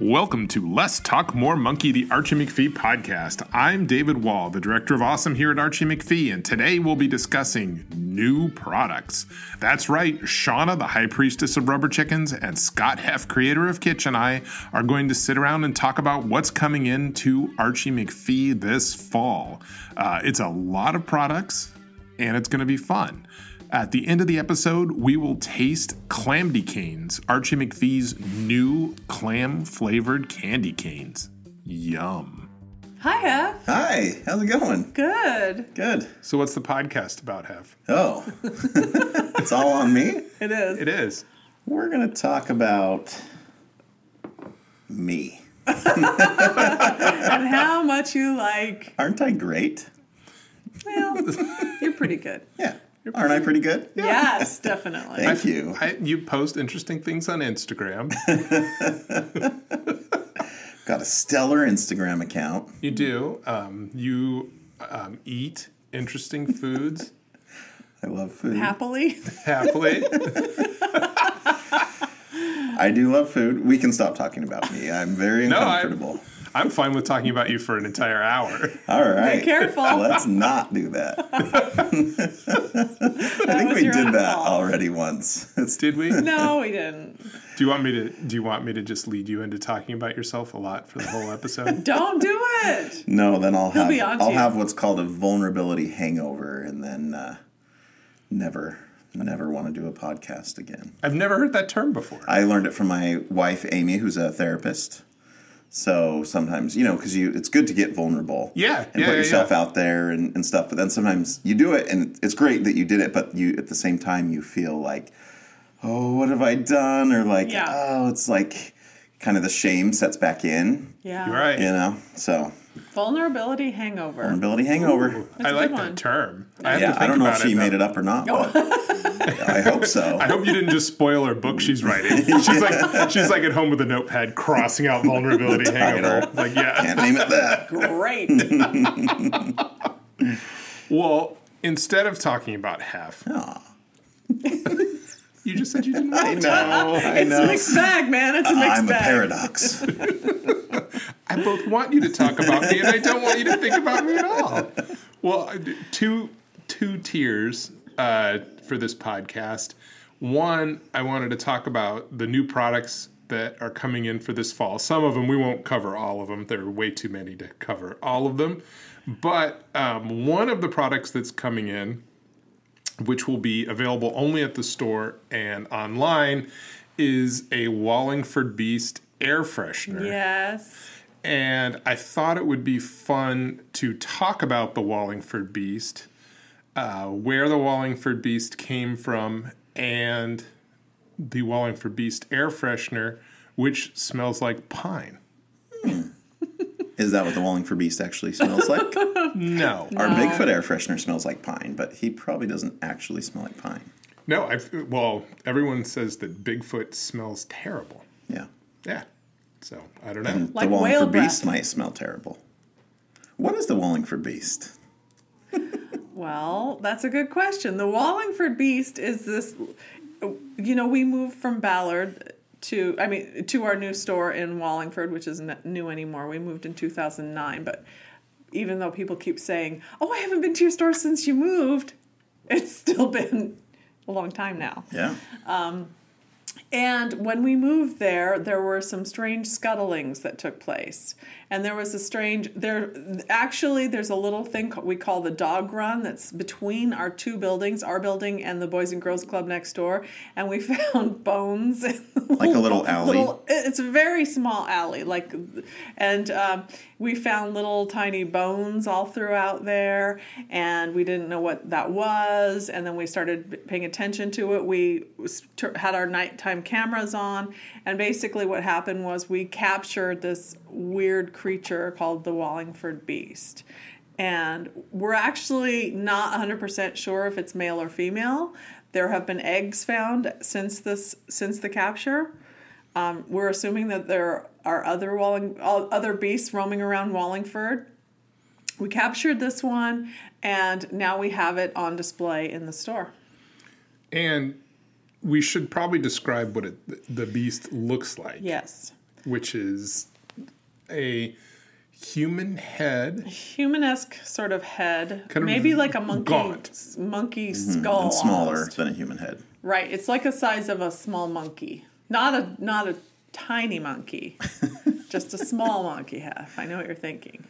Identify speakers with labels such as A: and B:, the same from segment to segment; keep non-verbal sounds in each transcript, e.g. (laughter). A: Welcome to Less Talk More Monkey, the Archie McPhee podcast. I'm David Wall, the director of Awesome here at Archie McPhee, and today we'll be discussing new products. That's right, Shauna, the High Priestess of Rubber Chickens, and Scott Heff, creator of Kitch, and I are going to sit around and talk about what's coming into Archie McPhee this fall. Uh, it's a lot of products, and it's going to be fun. At the end of the episode, we will taste Clamdy Canes, Archie McPhee's new clam flavored candy canes. Yum.
B: Hi, Hef.
C: Hi, how's it going?
B: Good.
C: Good.
A: So, what's the podcast about, Hef?
C: Oh, (laughs) it's all on me?
B: It is.
A: It is.
C: We're going to talk about me.
B: And how much you like.
C: Aren't I great? (laughs)
B: Well, you're pretty good.
C: Yeah. Aren't I pretty good?
B: Yes, definitely.
C: Thank you.
A: I, you post interesting things on (laughs) Instagram.
C: Got a stellar Instagram account.
A: you do. Um, you um, eat interesting foods (laughs)
C: I love food.
B: Happily.
A: happily.
C: I do love food. We can stop talking about me. I'm very
A: I-
C: uncomfortable.
A: I'm fine with talking about you for an entire hour.
C: All right.
B: Be careful.
C: Let's not do that. I think
B: was
C: we
B: your
C: did
B: own
C: that
B: fault.
C: already once. It's
A: Did we?
B: No, we didn't.
A: Do you want me to? Do you want me to just lead you into talking about yourself a lot for the whole (laughs) episode?
B: Don't do
C: (laughs)
B: it.
C: No, then I'll have
B: be onto
C: I'll
B: you.
C: have what's called a vulnerability hangover, and then uh, never never want to do a podcast again.
A: I've never heard that term before.
C: I learned it from my wife Amy, who's a therapist. So sometimes you know because you it's good to get vulnerable,
A: Yeah,
C: and
A: yeah,
C: put
A: yeah,
C: yourself
A: yeah.
C: out there and, and stuff. But then sometimes you do it, and it's great that you did it, but you at the same time you feel like, oh, what have I done? Or like,
B: Yeah.
C: oh, it's like kind of the shame sets back in,
B: Yeah.
A: You're right.
C: you know. So
B: Vulnerability hangover.
C: vulnerability hangover.
A: I
B: a
A: like
B: good
A: that
B: one.
A: term. I have to
C: Yeah,
A: think
C: I don't know if
A: about
C: she
A: it,
C: made
A: though.
C: it up or not, but I hope so.
A: (laughs) I hope you didn't just spoil her book she's
C: (laughs)
A: writing. She's like she's like at home with a notepad crossing out
C: (laughs)
A: vulnerability hangover.
C: title.
A: Like yeah.
C: Can't name
B: (laughs)
C: it that. (laughs)
B: Great.
A: Well, instead of talking about half,
C: Aw.
A: (laughs) you just said you
B: (laughs)
A: didn't want
C: I
A: to.
C: know. I
B: It's a
C: know.
B: mixed bag, man. It's a mixed
C: I'm a
B: bag. (laughs)
C: paradox.
A: I both want you to talk about me and I don't want you to think about me at all. Well, I d- two two tiers uh, for this podcast. One, I wanted to talk about the new products that are coming in for this fall. Some of them we won't cover all of them. There are way too many to cover all of them. But um, one of the products that's coming in which will be available only at the store and online, is a Wallingford Beast air freshener.
B: Yes.
A: And I thought it would be fun to talk about the Wallingford Beast, uh, where the Wallingford Beast came from, and the Wallingford Beast air freshener, which smells like pine.
C: Is that what the Wallingford Beast actually smells like?
A: No.
C: Our
B: Uh,
C: Bigfoot air freshener smells like pine, but he probably doesn't actually smell like pine.
A: No, I've, well, everyone says that Bigfoot smells terrible.
C: Yeah.
A: Yeah. So I don't know.
B: Like
C: the
B: whale
C: Wallingford Beast
B: breath.
C: might smell terrible. What is the Wallingford Beast?
B: Well, that's a good question. The Wallingford Beast is this, you know, we moved from Ballard to, I mean, to our new store in Wallingford, which isn't new anymore. We moved in 2009, but even though people keep saying, oh, I haven't been to your store since you moved, it's still (laughs) been a long time now.
C: Yeah.
B: And when we moved there, there were some strange scuttlings that took place. And there was a strange there actually there's a little thing ca- we call the dog run that's between our two buildings, our building and the Boys and Girls Club next door, and we (laughs) found bones in the
C: Like a little alley.
B: little- it- it's a very small alley like and um, we found little tiny bones all throughout there and we didn't know what that was and then we started paying attention to it we s- tur- had our nighttime cameras on and basically what happened was we captured this weird creature called the wallingford beast and we're actually not 100% sure if it's male or female there have been eggs found since this since the capture um, we're assuming that there are other Walling, uh, other beasts roaming around Wallingford. We captured this one, and now we have it on display in the store.
A: And we should probably describe what it, the beast looks like,
B: Yes.
A: which is a human head.
B: Humanesque sort of head,
A: Kind of
B: maybe like a monkey
A: gaunt.
B: s- monkey skull,
C: Mm-hmm. and smaller
B: almost.
C: than a human head.
B: Right, it's like the size of a small monkey, not a not a tiny
C: (laughs)
B: monkey, just a small monkey half. I know what you're thinking.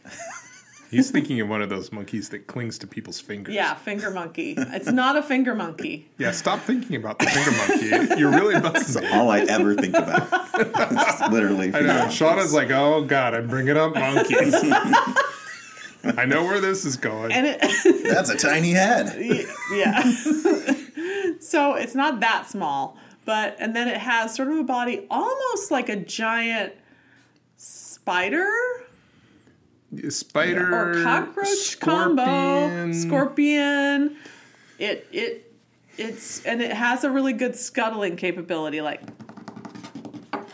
A: He's thinking of one of those monkeys that clings to people's fingers.
B: Yeah, finger monkey. It's not a finger monkey.
A: Yeah, stop thinking about the finger monkey. (laughs) You're really busting it.
C: All I ever think about.
B: (laughs)
C: It's literally.
A: I know. Shauna's like, oh God, I'm bringing up (laughs) monkeys. I know where this is going.
B: And it,
C: That's a tiny head. (laughs)
B: yeah. so it's not that small, but and then it has sort of a body almost like a giant spider
A: Spider
B: or cockroach combo, scorpion. It it it's and it has a really good scuttling capability like Mm-hmm.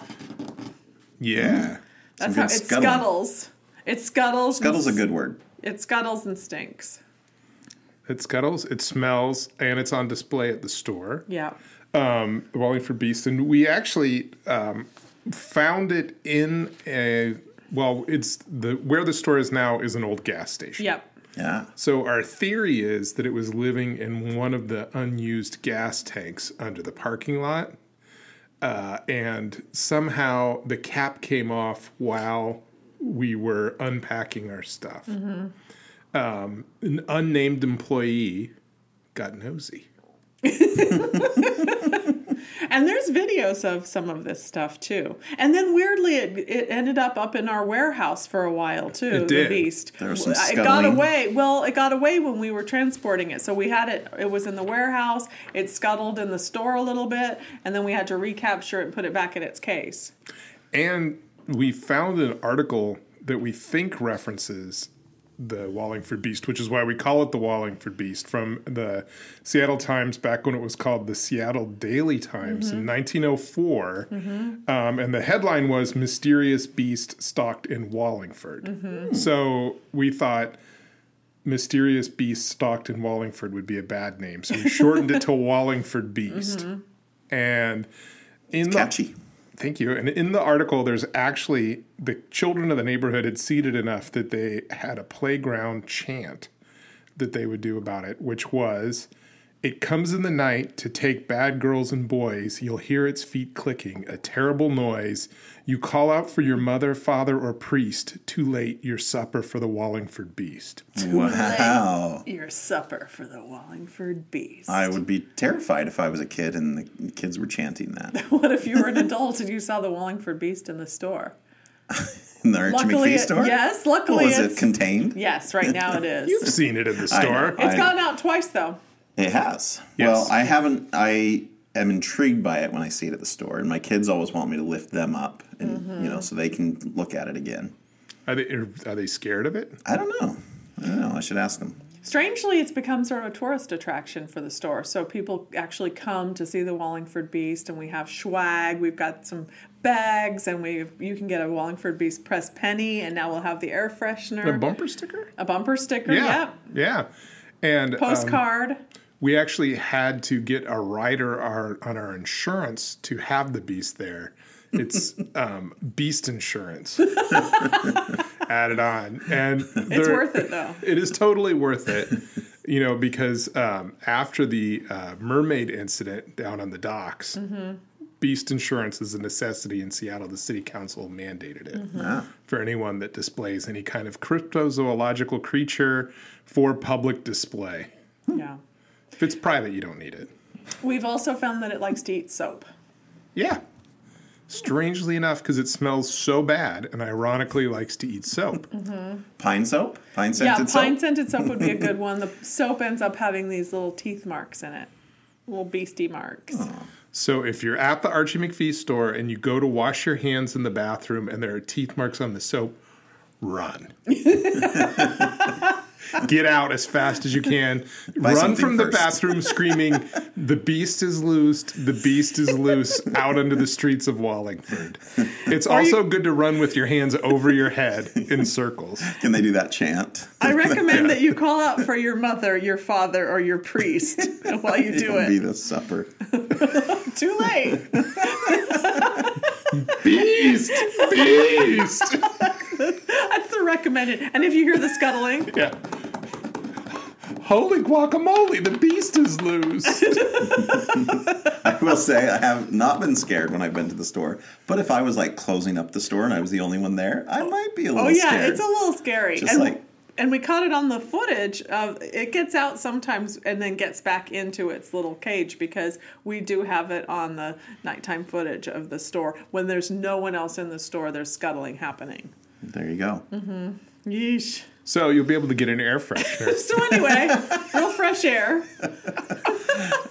A: Yeah.
B: That's
C: Some
B: how
C: good
B: it
C: scuttling.
B: scuttles. It scuttles. and
C: Scuttle's a good word.
B: It scuttles and stinks.
A: It scuttles, it smells, and it's on display at the store.
B: Yeah.
A: um, Wallingford Beast, and we actually um, found it in a well. It's the where the store is now is an old gas station.
B: Yep.
C: Yeah.
A: So our theory is that it was living in one of the unused gas tanks under the parking lot, uh, and somehow the cap came off while we were unpacking our stuff. Um, an unnamed employee got nosy.
B: And there's videos of some of this stuff too. And then weirdly, it, it ended up up in our warehouse for a while too. It
A: did.
B: The beast.
C: There was some
B: it got
C: scuttling.
B: away. Well, it got away when we were transporting it. So we had it. It was in the warehouse. It scuttled in the store a little bit, and then we had to recapture it and put it back in its case.
A: And we found an article that we think references the Wallingford Beast, which is why we call it the Wallingford Beast, from the Seattle Times back when it was called the Seattle Daily Times in 1904. Um, and the headline was Mysterious Beast Stalked in Wallingford. So we thought Mysterious Beast Stalked in Wallingford would be a bad name. So we shortened it to Wallingford Beast. And in the
C: Catchy.
A: Thank you. And in the article, there's actually the children of the neighborhood had seeded enough that they had a playground chant that they would do about it, which was, It comes in the night to take bad girls and boys. You'll hear its feet clicking, a terrible noise. You call out for your mother, father, or priest. Too late, your supper for the Wallingford beast.
C: Wow.
B: Your supper for the Wallingford beast.
C: I would be terrified if I was a kid and the kids were
B: (laughs)
C: chanting that.
B: what if you were an adult and you saw the Wallingford beast in the store?
C: In the Archie
B: Luckily,
C: McPhee
B: it-
C: store?
B: yes. Luckily,
C: Was
B: it's,
C: it contained?
B: yes. Right now, it
C: (laughs)
A: You've
B: is.
A: seen it in the
C: I know.
A: store.
B: It's
C: I-
B: gone out twice though.
C: It has.
A: Yes.
C: Well, I haven't. I am intrigued by it when I see it at the store, and my kids always want me to lift them up, and you
B: Mm-hmm.
C: know, so they can look at it again.
A: Are they, are are they scared of it?
C: I don't know. I don't know. I should ask them.
B: Strangely, it's become sort of a tourist attraction for the store. So people actually come to see the Wallingford Beast, and we have swag. We've got some bags, and we you can get a Wallingford Beast press penny, and now we'll have the air
A: A
B: freshener,
A: bumper sticker?
C: Oh,
B: a bumper sticker,
A: Yeah.
B: yep,
A: Yeah. And um,
B: postcard.
A: we actually had to get a rider our, on our insurance to have the beast there.
B: (laughs)
A: It's um, beast insurance (laughs) added on, and
B: it's
A: there-
B: worth it though. (laughs)
A: It is totally worth it, you know, because um, after the uh, mermaid incident down on the docks,
B: Mm-hmm.
A: beast insurance is a necessity in Seattle. The city council mandated it
B: Mm-hmm.
C: Ah,
A: for anyone that displays any kind of cryptozoological creature for public display.
B: Yeah.
A: If it's private, you don't need it.
B: We've also found that it likes to eat soap.
A: Yeah. Strangely enough, because it smells so bad and ironically likes to eat soap.
C: Mm-hmm. pine soap, pine
B: Yeah,
C: scented
B: pine
C: soap.
B: scented soap would be a good one. The soap ends up having these little teeth marks in it, little beastie marks.
A: So if you're at the Archie McPhee store and you go to wash your hands in the
C: (laughs)
A: bathroom and there are teeth marks on the soap, run. Get out as fast as you can.
C: Buy
A: Run
C: something
A: from the
C: first.
A: bathroom screaming, The beast is loosed, the beast is loose, out into the streets of Wallingford. It's also good to run with your hands over your head in
C: (laughs)
A: circles.
C: Can they do that chant? (laughs)
B: I recommend that you call out for your mother, your father, or your priest (laughs) while you do
C: Be
B: it.
C: the supper.
B: Too late.
A: Beast! Beast!
B: That's the recommended. And if you hear the
C: (laughs)
B: scuttling,
A: Yeah. Holy guacamole, the beast is loose.
C: (laughs) I will say I have not been scared when I've been to the store. But if I was like closing up the store and I was the only one there, I might be a little
B: oh yeah,
C: scared.
B: it's a little scary.
C: Just
B: and,
C: like-
B: and we caught it on the footage. Of, it gets out sometimes and then gets back into its little cage because we do have it on the nighttime footage of the store. When there's no one else in the store, there's scuttling happening.
C: there you go.
B: Mm-hmm. Yeesh.
A: So you'll be able to get an air freshener
B: So
C: (laughs)
B: anyway, real fresh air.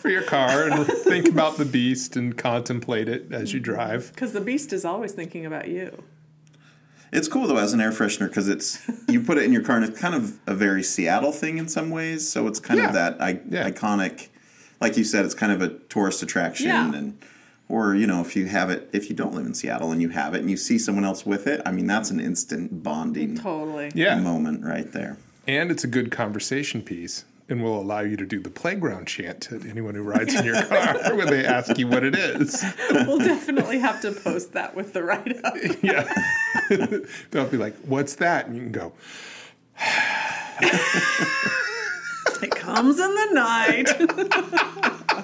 A: for your car and think about the beast and contemplate it as you drive.
B: Because the beast is always thinking about you.
C: It's cool though as an air freshener because it's you put it in your car and it's kind of a very Seattle thing in some ways. So it's kind
A: Yeah.
C: of that I-
A: Yeah.
C: iconic, like you said, it's kind of a tourist attraction
B: Yeah.
C: and. Or you know, if you have it, if you don't live in Seattle and you have it, and you see someone else with it, I mean, that's an instant bonding
B: Totally.
A: Yeah.
C: moment
B: (laughs)
C: right there.
A: And it's a good conversation piece and will allow you to do the playground chant to anyone who rides in your car (laughs) when they ask you what it is.
B: We'll definitely have to post that with the write up.
A: Yeah. They'll be like, what's that? And you can go,
B: It comes in the night.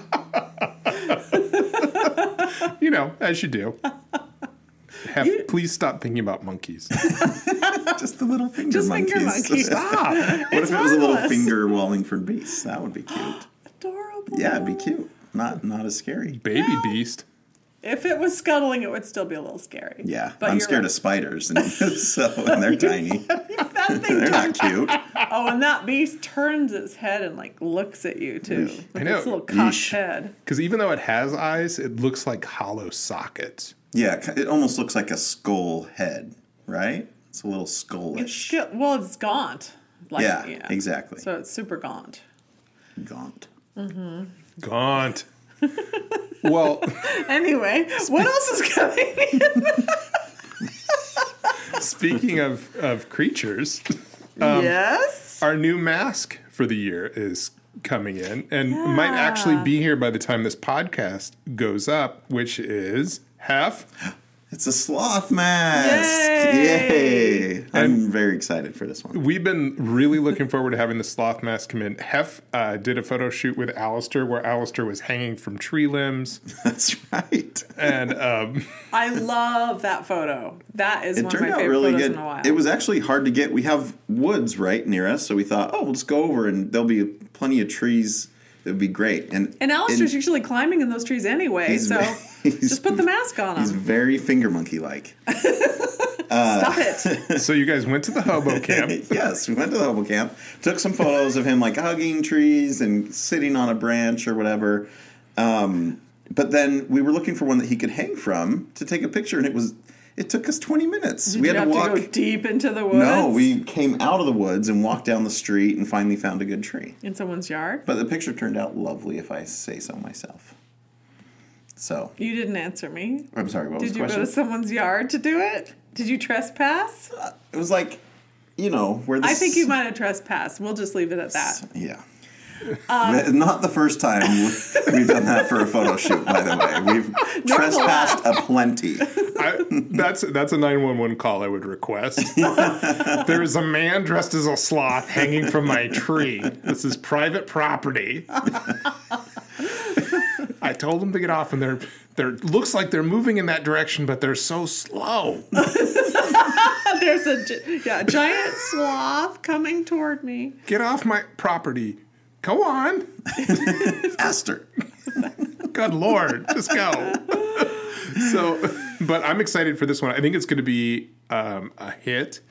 A: you know, as you do. Have, please stop thinking about monkeys.
C: Just the little
B: (laughs)
C: finger
B: Just
C: monkeys.
B: finger monkeys.
A: Ah,
C: What
B: It's
C: if it was a little
B: harmless.
C: finger Wallingford beast? That would be cute.
B: Adorable.
C: Yeah, it'd be cute. Not not as scary.
A: baby beast.
B: If it was scuttling, it would still be a little scary.
C: Yeah,
B: But
C: I'm
B: you're
C: scared
B: right.
C: of spiders, and (laughs) so and they're tiny.
B: that thing.
C: They're (laughs)
B: turns-
C: not cute.
B: oh, and that beast turns its head and like looks at you too.
C: Yeesh.
B: With
A: I know.
B: its little cocked
C: Yeesh.
B: head.
A: Because even though it has eyes, it looks like hollow sockets.
C: Yeah, ki- it almost looks like a skull head, right? It's a little skullish.
B: Shit, Well, it's gaunt. Like,
C: Yeah, exactly.
B: So it's super gaunt.
C: Gaunt.
A: Gaunt. well, (laughs)
B: Anyway, what else is coming?
C: (laughs)
A: speaking of, of creatures,
C: Um,
B: yes.
A: our new mask for the year is coming in and might actually be here by the time this podcast goes up, which is half.
C: It's a sloth mask.
B: Yay!
C: Yay! I'm very excited for this one. (laughs)
A: We've been really looking forward to having the sloth mask come in. Hef uh, did a photo shoot with Alistair where Alistair was hanging from tree limbs.
C: That's right.
A: And um,
B: I love that photo. That is
C: It
B: one of my
C: turned out
B: favorite
C: really
B: photos
C: good.
B: in a while.
C: It was actually hard to get. We have woods right near us, so we thought, oh, we'll just go over and there'll be plenty of trees. It would be great. And
B: and Alistair's usually climbing in those trees anyway,
C: He's
B: so
C: ve-
B: (laughs)
C: he's-
B: just put the mask on
C: he's
B: him.
C: very finger monkey like.
B: Stop it.
A: so you guys went to the hobo
B: (laughs)
A: camp.
C: yes, we went to the hobo camp, took some photos of him like hugging trees and sitting on a branch or whatever. Um, but then we were looking for one that he could hang from to take a picture, and it was it took us twenty minutes. we
B: Did
C: had
B: you
C: to
B: have
C: walk.
B: to go deep into the woods.
C: no, we came out of the woods and walked down the street and finally found a good tree.
B: in someone's yard.
C: But the picture turned out lovely, if I say so myself. So
B: You didn't answer me.
C: I'm sorry. What was
B: Did
C: the
B: you go
C: question?
B: to someone's yard to do it? Did you trespass?
C: it was like, you know, where this.
B: I think you might have trespassed. We'll just leave it at
C: (laughs)
B: that.
C: Yeah.
B: Uh,
C: Not the first time we've done that for a photo shoot, by the way.
B: (laughs)
C: We've trespassed a plenty.
A: I, that's that's a nine one one call I would request. (laughs) there is a man dressed as a sloth hanging from my tree. This is private property. (laughs) I told them to get off, and they're they're looks like they're moving in that direction, but they're so slow.
B: There's a gi- yeah, a (laughs) giant sloth coming toward me.
A: Get off my property. Go on.
C: Faster.
A: Good lord, just go. so, but I'm excited for this one. I think it's going to be um, a hit.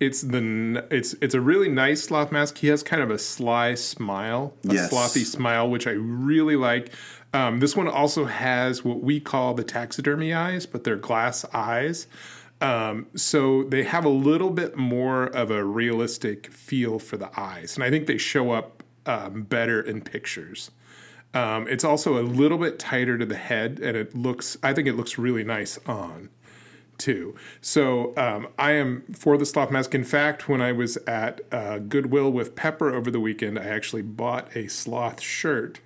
A: It's the n- it's it's a really nice sloth mask. He has kind of a sly smile, a
C: Yes.
A: slothy smile, which I really like. Um, this one also has what we call the taxidermy eyes, but they're glass eyes. Um, so they have a little bit more of a realistic feel for the eyes, and I think they show up um, better in pictures. Um, it's also a little bit tighter to the head, and it looks. I think it looks really nice on too. So um, I am for the sloth mask. In fact, when I was at uh, Goodwill with Pepper over the weekend, I actually bought a sloth shirt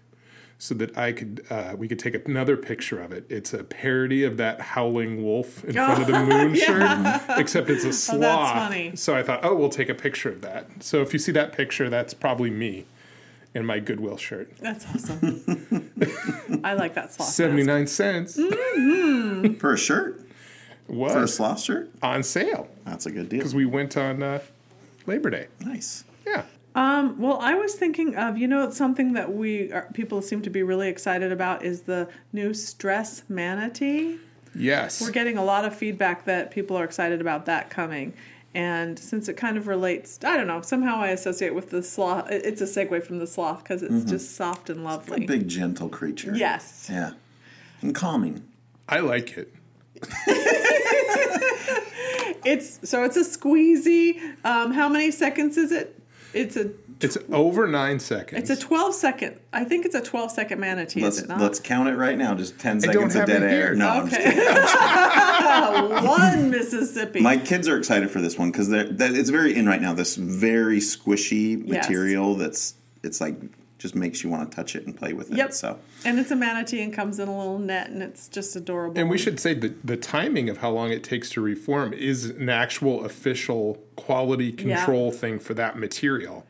A: so that I could uh, we could take another picture of it. It's a parody of that howling wolf in front of the moon shirt, except it's a sloth.
B: funny.
A: So I thought, oh, we'll take a picture of that. So if you see that picture, that's probably me in my Goodwill shirt.
B: That's awesome. (laughs) I like that sloth.
A: Seventy
B: mask.
A: nine cents
B: Hmm?
C: For a shirt? For a
A: was
C: sloth shirt?
A: on sale
C: That's a good deal.
A: because we went on uh, Labor Day.
C: Nice.
A: Yeah.
B: Um, well, I was thinking of you know something that we are, people seem to be really excited about is the new stress manatee.
A: Yes.
B: We're getting a lot of feedback that people are excited about that coming. And since it kind of relates, I don't know, somehow I associate with the sloth. it- It's a segue from the sloth because it's just soft and lovely.
C: A big, gentle creature.
B: yes.
C: Mm-hmm. Yeah. And calming.
A: I like it.
B: It's so it's a squeezy. Um, how many seconds is it? It's a
A: It's over nine seconds.
B: it's a 12 second. I think it's a 12 second manatee, is
C: Let's
B: it not?
C: let's count it right now. Just ten
A: don't
C: seconds of
A: have it
C: dead air.
A: here.
C: No, I'm just kidding.
B: okay. (laughs) One Mississippi.
C: My kids are excited for this one because that it's very in right now. This very squishy
B: Yes.
C: material that's it's like just makes you want to touch it and play with it.
B: Yep.
C: So
B: And it's a manatee and comes in a little net and it's just adorable.
A: and we should say that the timing of how long it takes to reform is an actual official quality control thing for that material.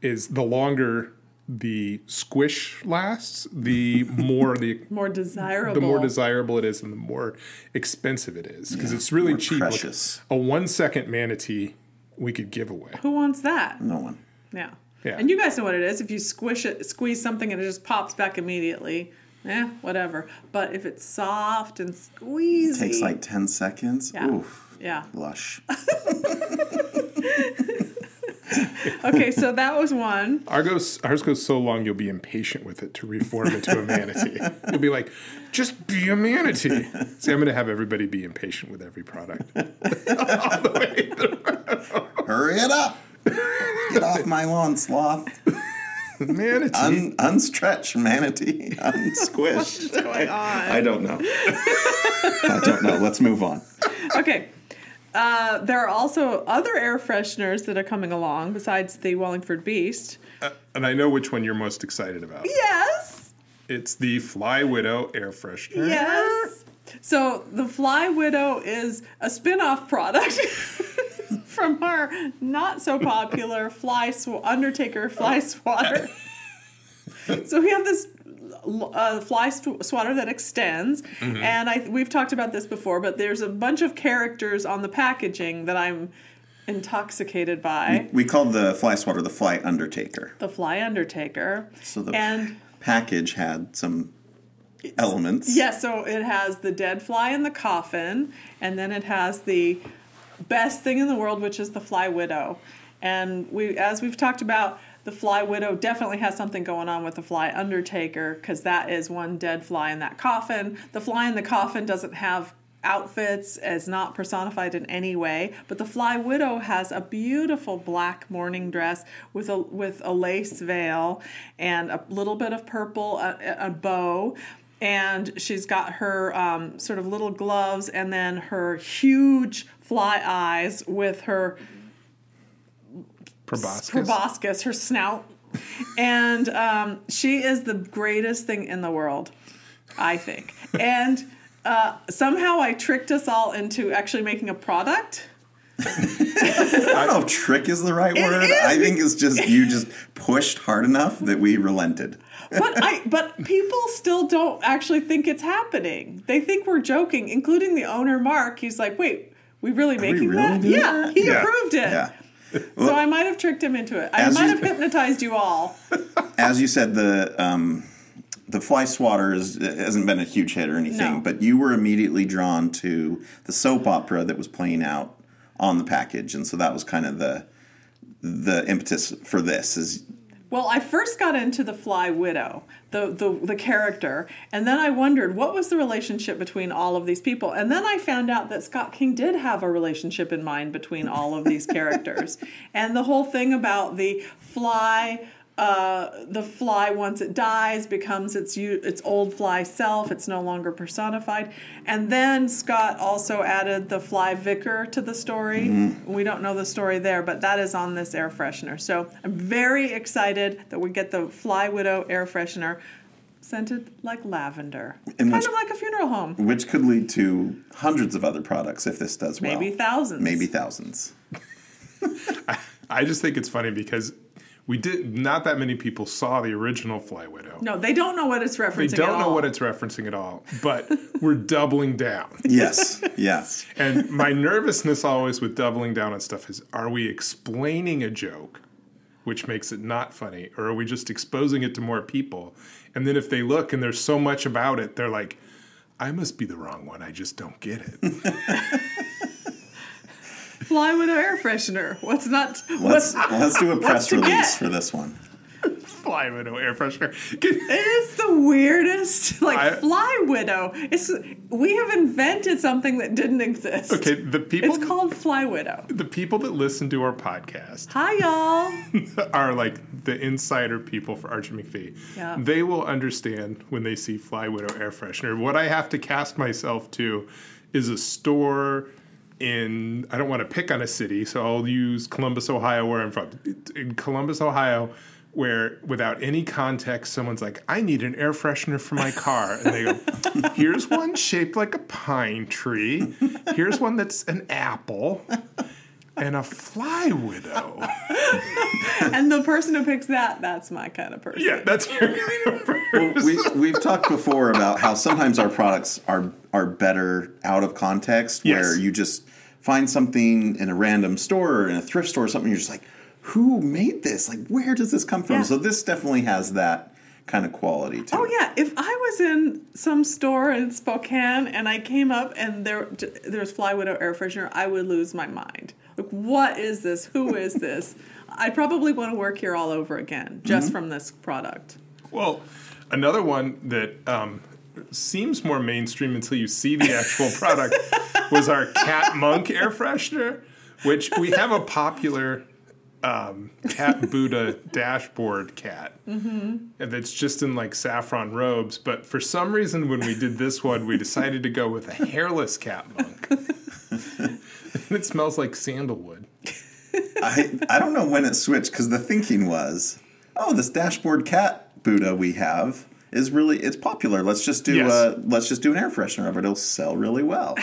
A: Is the longer the squish lasts,
B: (laughs)
A: the more the
B: more desirable.
A: the more desirable it is and the more expensive it is because it's really
C: more
A: cheap. Like
C: precious.
A: a one second manatee we could give away.
B: Who wants that?
C: no one.
B: Yeah.
A: Yeah.
B: And you guys know what it is. If you squish it, squeeze something, and it just pops back immediately. Eh, whatever. But if it's soft and squeezy,
C: Takes like ten seconds.
B: Yeah.
C: Oof.
B: yeah.
C: Blush.
B: Okay, so that was one.
A: Ours goes, ours goes so long you'll be impatient with it to reform into a
C: (laughs)
A: manatee. you'll be like, just be a manatee. See, I'm going to have everybody be impatient with every product.
C: Hurry it up. Get off my lawn, sloth.
A: manatee.
C: Un, unstretch manatee. Unsquish.
B: What's going on?
C: I don't know. I don't know. Let's move on.
B: Okay. Uh, there are also other air fresheners that are coming along besides the Wallingford Beast.
A: and I know which one you're most excited about.
B: Yes.
A: It's the Fly Widow air freshener.
B: Yes. So the Fly Widow is a spin-off product (laughs) from our not so popular Fly sw- Undertaker Fly
C: (laughs)
B: Swatter. so we have this uh, fly sw- swatter that extends,
C: Mm-hmm.
B: and I we've talked about this before, but there's a bunch of characters on the packaging that I'm intoxicated by.
C: We called the fly swatter the fly undertaker.
B: The Fly Undertaker.
C: So the
B: and
C: package had some elements.
B: Yeah, so it has the dead fly in the coffin, and then it has the best thing in the world, which is the fly widow. And we, as we've talked about, the fly widow definitely has something going on with the fly undertaker because that is one dead fly in that coffin. The fly in the coffin doesn't have outfits, is not personified in any way, but the fly widow has a beautiful black morning dress with a with a lace veil and a little bit of purple, a, a bow and she's got her um, sort of little gloves and then her huge fly eyes with her
A: Proboscis.
B: proboscis, her snout. and um, she is the greatest thing in the world, I think. and uh, somehow I tricked us all into actually making a product.
C: I don't
B: (laughs)
C: know if trick is the right word.
B: is.
C: I think it's just you just pushed hard enough that we relented.
B: but I but people still don't actually think it's happening. They think we're joking, including the owner Mark. He's like, "Wait, we really making
C: really
B: that?
C: doing
B: yeah,
C: that?"
B: he
A: Yeah.
B: approved it."
C: Yeah.
B: so I might have tricked him into it. I
C: As
B: might
C: you- (laughs)
B: have hypnotized you all.
C: As you said, the um, the fly swatter is, hasn't been a huge hit or anything,
B: No.
C: but you were immediately drawn to the soap opera that was playing out on the package, and so that was kind of the the impetus for this is
B: Well, I first got into the Fly Widow, the, the the character, and then I wondered what was the relationship between all of these people, and then I found out that Scott King did have a relationship in mind between all of
C: (laughs)
B: these characters, and the whole thing about the fly. Uh, the fly once it dies becomes its u- its old fly self. It's no longer personified. And then Scott also added the fly vicar to the story.
C: Mm-hmm.
B: We don't know the story there, but that is on this air freshener. So I'm very excited that we get the fly widow air freshener, scented like lavender,
C: And
B: kind
C: which-
B: of like a funeral home,
C: Which could lead to hundreds of other products if this does well.
B: maybe thousands.
C: Maybe thousands.
A: I just think it's funny because we did not that many people saw the original Fly Widow.
B: No, they don't know what it's referencing.
A: They
B: at
A: don't know
B: all.
A: what it's referencing at all, but we're doubling down.
B: (laughs)
C: Yes. Yeah.
A: And my nervousness always with doubling down on stuff is are we explaining a joke, which makes it not funny, or are we just exposing it to more people? And then if they look and there's so much about it, they're like, I must be the wrong one. I just don't get it. (laughs)
B: fly widow air freshener. What's not? What's
C: Let's let's do a press
B: to
C: release
B: get?
C: for this one.
A: Fly Widow air freshener. (laughs) Get-
B: It is the weirdest, (laughs) like
A: I-
B: fly widow. It's we have invented something that didn't exist.
A: Okay, the people
B: It's called fly widow.
A: the people that listen to our podcast
B: Hi
A: (laughs)
B: y'all.
A: are like the insider people for Archie McPhee.
B: Yeah.
A: They will understand when they see Fly Widow air freshener. What I have to cast myself to is a store in I don't want to pick on a city, so I'll use Columbus, Ohio where I'm from. In Columbus, Ohio where without any context someone's like I need an air freshener for my car and they go here's one shaped like a pine tree here's one that's an apple and a fly widow
B: and the person who picks that, that's my kind of person.
A: Yeah, that's your
C: We we've talked before about how sometimes our products are are better out of context where
A: Yes.
C: you just find something in a random store or in a thrift store or something you're just like who made this? Like where does this come from?
B: Yeah.
C: So this definitely has that kind of quality to
B: Oh
C: it.
B: yeah, if I was in some store in Spokane and I came up and there there's fly widow air freshener, I would lose my mind. Like what is this? Who
A: (laughs)
B: is this? I probably want to work here all over again just
A: Mm-hmm.
B: from this product.
A: well, another one that um, seems more mainstream until you see the actual product was our Cat Monk air freshener, which we have a popular um, Cat Buddha dashboard cat and that's just in like saffron robes. But for some reason, when we did this one, we decided to go with a hairless Cat Monk. it smells like sandalwood.
C: I, I don't know when it switched because the thinking was, oh, this dashboard cat Buddha we have is really it's popular. Let's just do
A: Yes.
C: uh let's just do an air freshener of it. It'll sell really
B: (laughs)
C: well.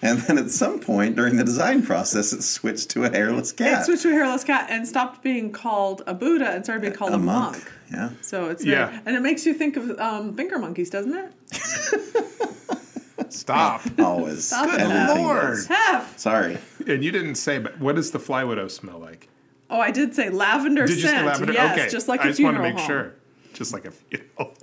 C: and then at some point during the design process, it switched to a hairless
B: It
C: cat,
B: switched to a hairless cat and stopped being called a Buddha and started being called a,
C: a
B: monk.
C: monk. Yeah,
B: (laughs) So it's very,
A: Yeah.
B: and it makes you think of um, finger monkeys, doesn't it?
A: Stop.
C: always.
B: Good
C: Everything
A: Lord.
C: does.
B: Half.
C: Sorry,
A: And you didn't say, but what does the fly widow smell like?
B: Oh, I did say lavender
A: Did you
B: scent.
A: say lavender?
B: Yes,
A: okay,
B: just like a
A: I just
B: funeral
A: want to make
B: home.
A: sure, just like a funeral.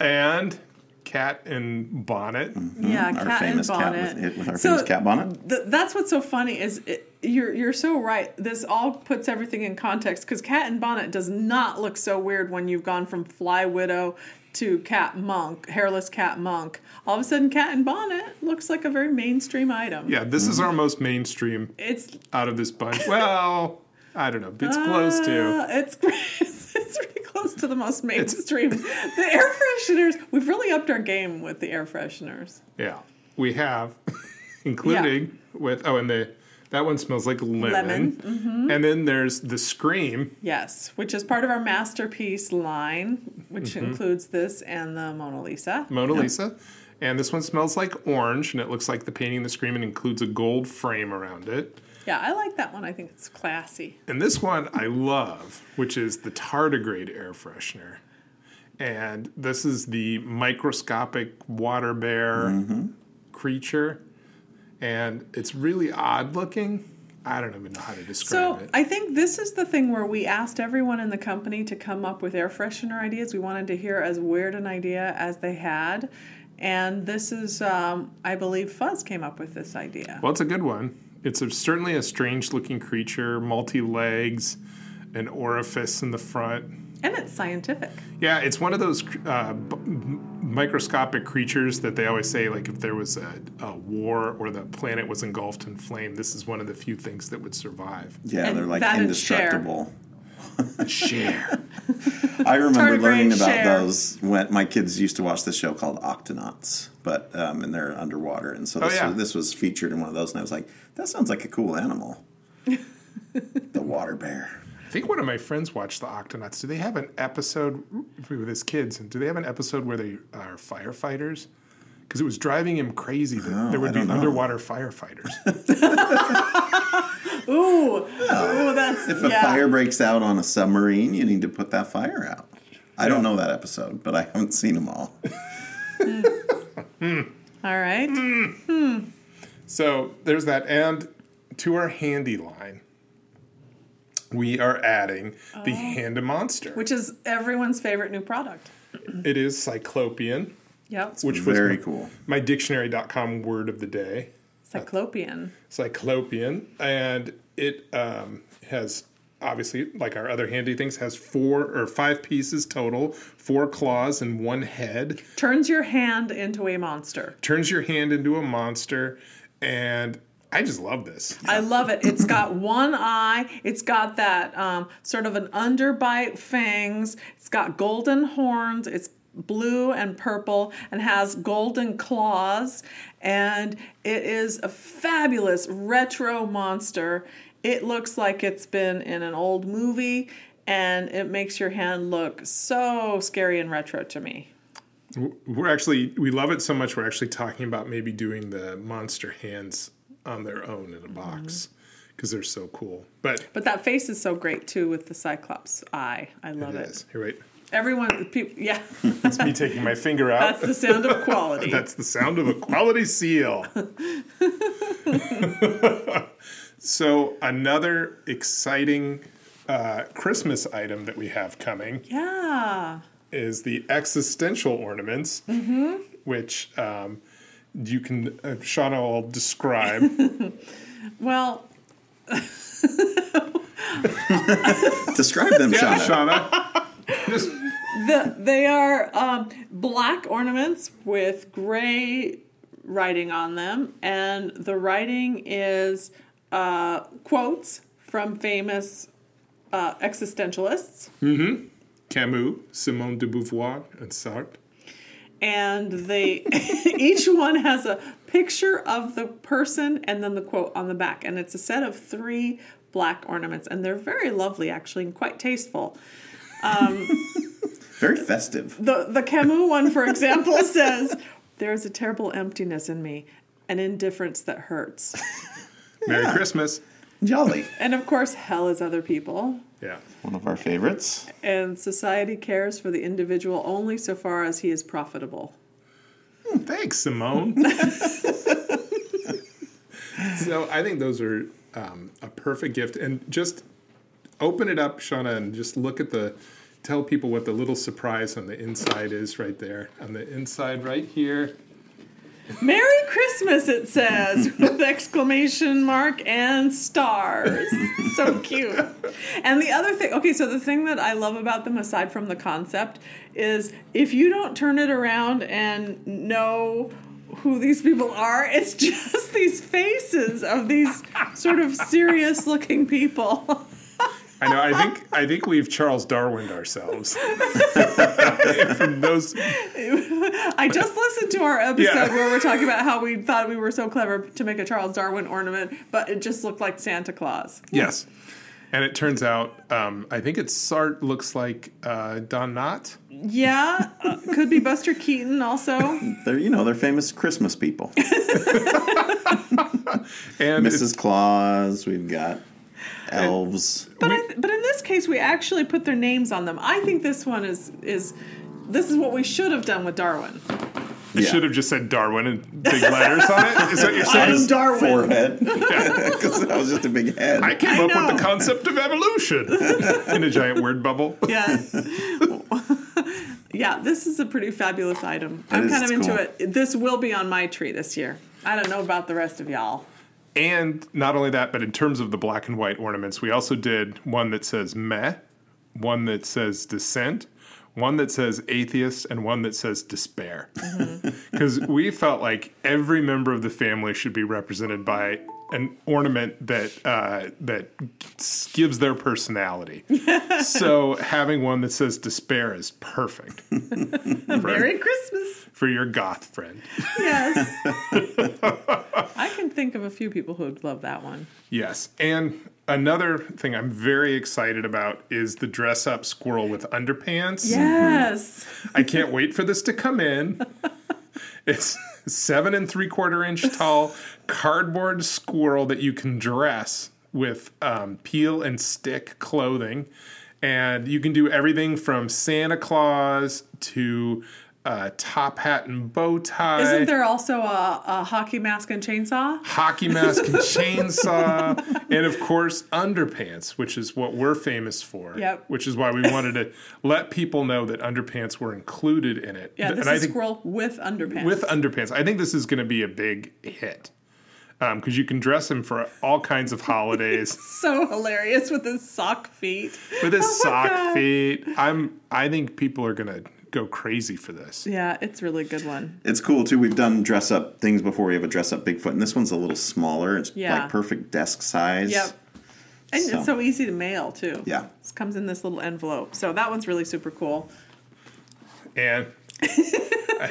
A: (laughs) and cat and bonnet.
B: Yeah,
C: Hmm. our
B: cat
C: famous
B: and
C: cat
B: bonnet.
C: with, it- with our
B: So
C: famous cat bonnet.
B: th- that's what's so funny is it, you're you're so right. This all puts everything in context because cat and bonnet does not look so weird when you've gone from fly widow to cat monk, hairless cat monk. All of a sudden, cat and bonnet looks like a very mainstream item.
A: Yeah, this is our most mainstream
B: It's
A: out of this bunch. Well, I don't know. It's close to.
B: Uh, it's (laughs) it's pretty close to the most mainstream. the air fresheners. We've really upped our game with the air fresheners.
A: Yeah, we have, (laughs) including with oh, and the that one smells like lemon.
B: Lemon, mm-hmm.
A: And then there's the scream.
B: Yes, which is part of our masterpiece line, which
A: Mm-hmm.
B: includes this and the Mona Lisa.
A: Mona Lisa. And this one smells like orange, and it looks like the painting, the scream, and includes a gold frame around it.
B: Yeah, I like that one. I think it's classy.
A: And this one I love, which is the tardigrade air freshener. And this is the microscopic water bear creature. And it's really odd looking. I don't even know how to describe
B: So
A: it.
B: I think this is the thing where we asked everyone in the company to come up with air freshener ideas. We wanted to hear as weird an idea as they had. And this is, um, I believe, Fuzz came up with this idea.
A: Well, it's a good one. It's a, certainly a strange looking creature, multi legs, an orifice in the front.
B: And it's scientific.
A: Yeah, it's one of those uh, b- microscopic creatures that they always say, like, if there was a, a war or the planet was engulfed in flame, this is one of the few things that would survive.
C: Yeah,
B: And
C: they're like
B: that and
C: indestructible.
A: Share.
C: I remember
B: Tardigrade
C: learning about
B: share.
C: those when my kids used to watch this show called Octonauts, but um, and they're underwater, and
B: Oh,
C: so this,
A: yeah.
C: was, this was featured in one of those, and I was like, that sounds like a
B: (laughs)
C: cool animal, the water bear.
A: (laughs) I think one of my friends watched the Octonauts. Do they have an episode with his kids? And do they have an episode where they are firefighters? Because it was driving him crazy that there would
C: Oh, I
A: be
C: don't know.
A: underwater
C: (laughs)
A: firefighters.
B: Ooh, ooh, that's
C: If a
B: yeah.
C: fire breaks out on a submarine, you need to put that fire out. I don't know that episode, but I haven't seen them all.
B: All right.
A: so there's that. And to our handy line, we are adding the Hand a Monster.
B: Which is everyone's favorite new product.
A: it is Cyclopean,
B: Yep.
A: which was
C: Very cool.
A: my dictionary.com word of the day.
B: Cyclopean.
A: Cyclopean, and it um, has obviously, like our other handy things, has four or five pieces total, four claws and one head.
B: Turns your hand into a monster.
A: Turns your hand into a monster, and I just love this.
B: I love it. It's got one eye. It's got that um, sort of an underbite fangs. It's got golden horns. It's blue and purple and has golden claws. And it is a fabulous retro monster. It looks like it's been in an old movie and it makes your hand look so scary and retro to me.
A: We're actually we love it so much. We're actually talking about maybe doing the monster hands on their own in a box
B: Mm-hmm.
A: because they're so cool. But
B: But that face is so great too with the Cyclops eye. I love it.
A: yes, here wait,
B: Everyone, people, yeah,
A: it's me taking my
B: (laughs)
A: finger out.
B: that's the sound of quality.
A: That's the sound of a quality seal. (laughs) so, another exciting uh, Christmas item that we have coming
B: Yeah.
A: is the existential ornaments, which um, you can, uh, Shauna will describe.
B: Well,
C: Describe
B: (laughs)
C: them,
A: yeah,
C: Shauna.
A: Shauna. Just-
B: the, they are um, black ornaments with gray writing on them, and the writing is uh, quotes from famous uh, existentialists,
A: Camus, Simone de Beauvoir, and Sartre.
B: and they (laughs) each one has a picture of the person and then the quote on the back, and it's a set of three black ornaments, and they're very lovely actually and quite tasteful.
C: Very festive.
B: the the Camus one, for example, (laughs) says there is a terrible emptiness in me, an indifference that hurts,
A: Merry Christmas.
C: Jolly.
B: and of course, hell is other people,
A: Yeah.
C: One of our favorites.
B: and society cares for the individual only so far as he is profitable.
A: Thanks, Simone. so I think those are um, a perfect gift. And just open it up, Shauna, and just look at the. Tell people what the little surprise on the inside is right there. On the inside, right here.
B: Merry Christmas! It says with exclamation mark and stars. so cute. And the other thing, okay, so the thing that I love about them, aside from the concept, is if you don't turn it around and know who these people are, it's (laughs) just these faces of these sort of serious-looking people. (laughs)
A: I know. I think I think we've Charles Darwined ourselves (laughs) from those.
B: I just listened to our episode
A: Yeah.
B: where we're talking about how we thought we were so clever to make a Charles Darwin ornament, but it just looked like Santa Claus.
A: Yes. And it turns out, um, I think it's Sart looks like uh, Don Knott.
B: Yeah, uh, could be Buster Keaton also.
C: They're you know they're famous
B: (laughs)
C: Christmas people.
A: And it's-
C: Mrs. Claus. We've got elves.
B: But I th- but in this case, we actually put their names on them. I think this one is is this is what we should have done with Darwin.
A: It
C: Yeah.
A: should have just said Darwin in big letters on it. Is that what you're
B: I
A: saying?
B: am Darwin. (laughs)
C: Forehead. (laughs) Because that was just a big head.
A: I came
B: I
A: up with
B: know.
A: the concept of evolution in a giant word bubble.
B: Yeah. (laughs) yeah, this is a pretty fabulous item.
C: It
B: I'm
C: is,
B: kind of
C: it's
B: into
C: cool.
B: it. This will be on my tree this year. I don't know about the rest of y'all.
A: And not only that, but in terms of the black and white ornaments, we also did one that says meh, one that says dissent, one that says atheist, and one that says despair.
B: Mm-hmm.
A: Because we felt like every member of the family should be represented by an ornament that uh, that gives their
B: (laughs)
A: personality. so having one that says despair is perfect for,
B: Merry Christmas.
A: for your goth friend.
B: Yes. (laughs) I can think of a few people who would love that one.
A: Yes. And another thing I'm very excited about is the dress up squirrel with underpants.
B: Yes.
A: I can't wait for this to come
B: (laughs)
A: in. It's seven and three quarter inch tall cardboard squirrel that you can dress with um, peel and stick clothing. And you can do everything from Santa Claus to uh, top hat and bow tie.
B: Isn't there also a, a hockey mask and chainsaw?
A: hockey mask and chainsaw, and of course underpants, which is what we're famous for.
B: Yep.
A: Which is why we wanted to let people know that underpants were included in it.
B: Yeah,
A: and
B: this
A: I
B: is
A: think
B: squirrel with underpants.
A: with underpants, I think this is going to be a big hit because you can dress him for all kinds of holidays
B: so hilarious with his sock feet.
A: with his
B: (laughs) Oh my
A: sock
B: God.
A: feet. I'm. I think people are going to go crazy for this.
B: Yeah, it's a really good one.
C: It's cool too. We've done dress up things before. We have a dress up Bigfoot, and this one's a little smaller. It's
B: Yeah.
C: like perfect desk size.
B: Yep. And
C: So-
B: it's so easy to mail too.
C: Yeah.
B: It comes in this little envelope. So that one's really super cool.
A: And
B: (laughs)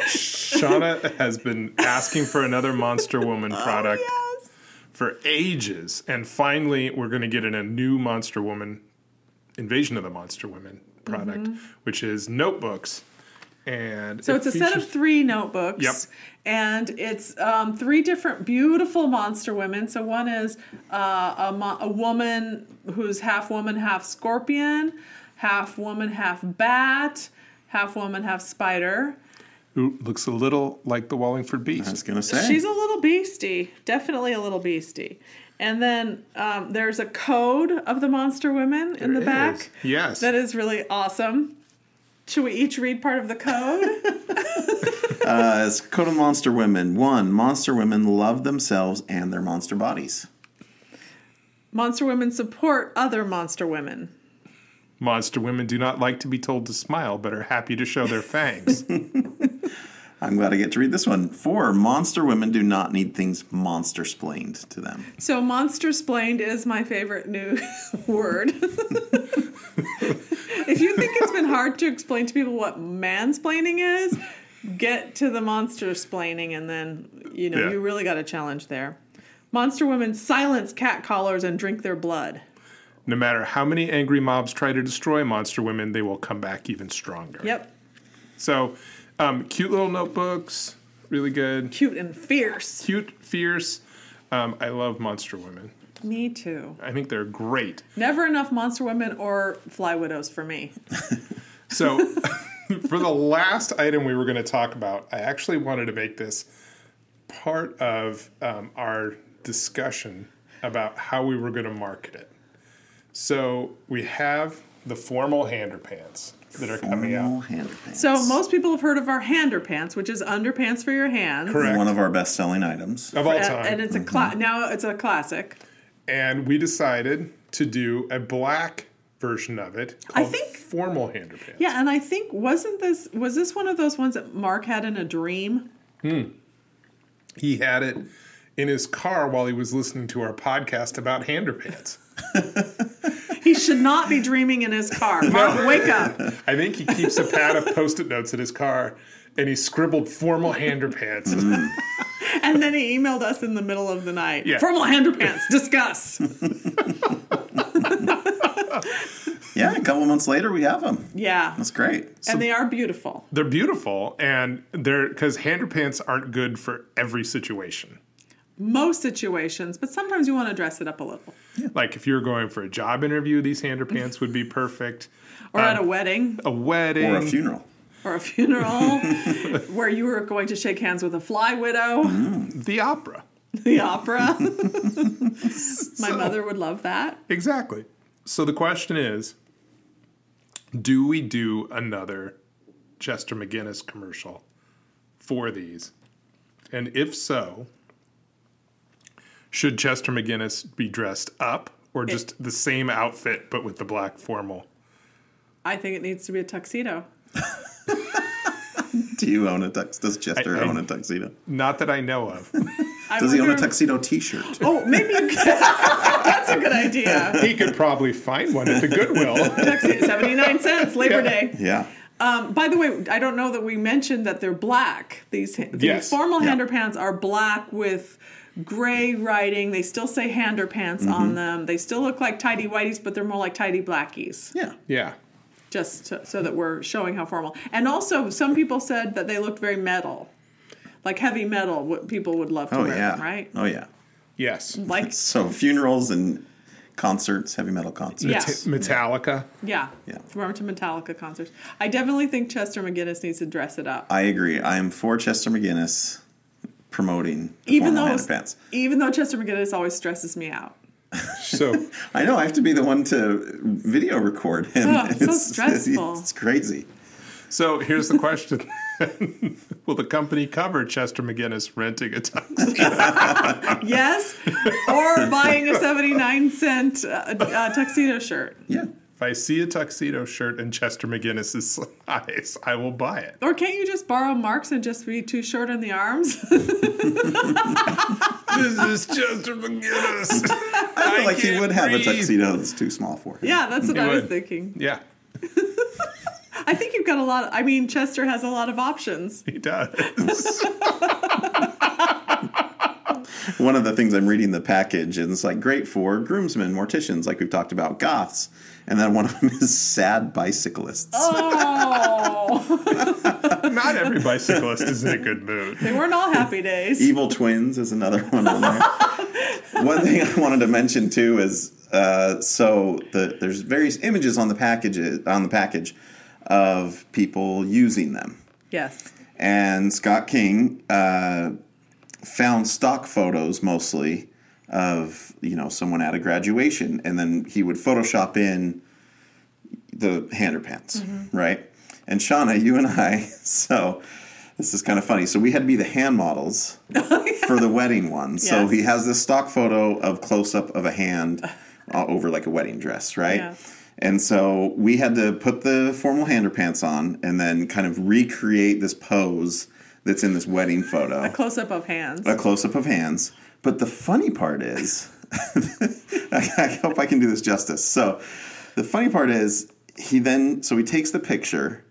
A: Shauna has been asking for another Monster Woman
B: Oh,
A: product.
B: Yes.
A: for ages, and finally we're going to get in a new Monster Woman, Invasion of the Monster Women product, which is notebooks, and
B: Mm-hmm. So it's a set of three notebooks.
A: Yep.
B: And it's um, three different beautiful monster women. So one is uh, a, mo- a woman who's half woman, half scorpion, half woman, half bat, half woman, half spider.
A: who looks a little like the Wallingford
C: I
A: Beast.
C: was gonna say
B: She's a little beastie, definitely a little beastie. And then um, there's a code of the monster women in the
A: There is.
B: back.
A: Yes.
B: That is really awesome. Should we each read part of
A: (laughs)
B: the code?
C: uh, it's Code of Monster Women. One Monster Women love themselves and their monster bodies.
B: monster women support other monster women.
A: Monster women do not like to be told to smile, but are happy to show their fangs.
B: (laughs)
C: I'm glad I get to read this one. Four Monster Women do not need things monster splained to them.
B: So, monster splained is my favorite new (laughs)
A: (laughs)
B: word. if you think it's been hard to explain to people what mansplaining is, get to the monster splaining, and then you know
A: Yeah.
B: you really got a challenge there. Monster women silence cat collars and drink their blood.
A: no matter how many angry mobs try to destroy Monster women, they will come back even stronger.
B: Yep,
A: So, um, cute little notebooks, really good.
B: cute and fierce.
A: Cute, fierce. Um, I love Monster Women.
B: Me too.
A: I think they're great.
B: Never enough monster women or fly widows for me.
A: So, (laughs) for the last item we were going to talk about, I actually wanted to make this part of um, our discussion about how we were going to market it. So, we have the formal hander pants that are coming out.
C: All hand pants.
B: So most people have heard of our hander pants, which is underpants for your hands.
A: Correct.
C: one of our best selling items.
A: Of all
B: Uh, and
A: time. Mm-hmm.
B: it's a cla- now it's a classic.
A: And we decided to do a black version of it
B: I
A: called
B: think-
A: formal hander pants.
B: Yeah, and I think wasn't this was this one of those ones that Mark had in a dream?
A: He had it in his car while he was listening to our podcast about hander pants.
B: He should not be dreaming in his
C: (laughs)
B: car. Mark, wake up.
A: I think he keeps a pad of post-it notes in his car, and he scribbled formal hander pants.
C: Mm-hmm.
B: And then he emailed us in the middle of the night.
A: Yeah.
B: Formal hander pants, discuss.
C: Yeah, a couple months later we have them.
B: Yeah.
C: That's great.
B: and they are beautiful.
A: they're beautiful, and they're because hander pants aren't good for every situation.
B: Most situations, but sometimes you want to dress it up a little.
A: Like if you're going for a job interview, these hander pants would be perfect.
B: Or at a
C: Um,
B: wedding
A: A wedding,
C: Or a funeral.
B: or a
C: (laughs)
B: funeral where you were going to shake hands with a fly
C: (laughs)
B: widow,
A: the opera,
B: the opera. My mother would love that.
A: exactly. So the question is, do we do another Chester McGinnis commercial for these? And if so, Should Chester McGinnis be dressed up or just the same outfit but with the black formal?
B: I think it needs to be a tuxedo.
C: Do you own a tux? Does Chester
A: I- I-
C: own a tuxedo?
A: Not that I know of.
B: I
C: Does he own a
B: wonder-
C: tuxedo T-shirt?
B: Oh, maybe you
C: (laughs)
B: could. That's a good idea.
A: (laughs) he could probably find one at the Goodwill.
B: Tuxedo, 79 cents, Labor Day.
C: Yeah.
B: Um, by the way, I don't know that we mentioned that they're black. These, these
A: Yes.
B: formal
C: Yeah.
B: hander pants are black with gray writing. They still say hander pants
C: Mm-hmm.
B: on them. They still look like tidy whiteys, but they're more like tidy blackies,
C: Yeah.
A: (laughs) yeah.
B: just to, so that we're showing how formal. And also, some people said that they looked very metal, like heavy metal. What people would love to
C: Oh
B: wear
C: yeah.
B: them, right?
C: Oh yeah.
A: Yes.
C: (laughs)
B: Like,
C: So funerals and concerts, heavy metal concerts.
B: Yeah.
A: T- Metallica.
B: yeah,
C: Yeah.
B: Remember to Metallica concerts. I definitely think Chester McGinnis needs to dress it up.
C: I agree. I am for Chester McGinnis promoting the
B: even
C: formal
B: though
C: hand pants.
B: even though Chester McGinnis always stresses me out.
A: So
C: I know I have to be the one to video record him. (laughs)
B: Ugh, so stressful.
C: It's crazy.
A: so here's the question. (laughs) Will the company cover Chester McGinnis renting a tux?
B: Yes, or buying a seventy nine cent uh, uh, tuxedo shirt
C: Yeah.
A: If I see a tuxedo shirt in Chester McGinnis's (laughs) size, I will buy it.
B: or can't you just borrow Marks and just be too short on the arms?
A: (laughs)
B: (laughs)
A: This is Chester McGinnis.
C: I feel like he
A: can't
C: would have a
A: breathe.
C: tuxedo that's too small for him.
B: yeah, that's what
A: You
B: I was
A: would.
B: thinking.
A: Yeah,
B: I think you've got a lot. I mean, Chester has a lot of options.
A: he does. (laughs)
C: One of the things I'm reading the package, and it's like great for groomsmen, morticians, like we've talked about, goths, and then one of them (laughs) is sad bicyclists.
B: Oh,
A: Not every bicyclist is in a good mood.
B: they weren't all happy days.
C: Evil Twins is another one on there. one thing I wanted to mention too is uh, so the, there's various images on the packages on the package of people using them,
B: Yes,
C: and Scott King uh, found stock photos mostly of you know someone at a graduation, and then he would Photoshop in the hander pants,
B: Mm-hmm.
C: right? And Shauna, you and I, (laughs) so this is kind of funny. So we had to be the hand
B: (laughs)
C: models for the wedding one. So
B: Yes.
C: he has this stock photo of close up of a hand uh, over like a wedding dress, right?
B: Yeah.
C: And so we had to put the formal hander pants on and then kind of recreate this pose that's in this wedding photo
B: close up of hands.
C: a close up of hands. But the funny part is, (laughs) I, I hope I can do this justice. So, the funny part is, he then so he takes the picture,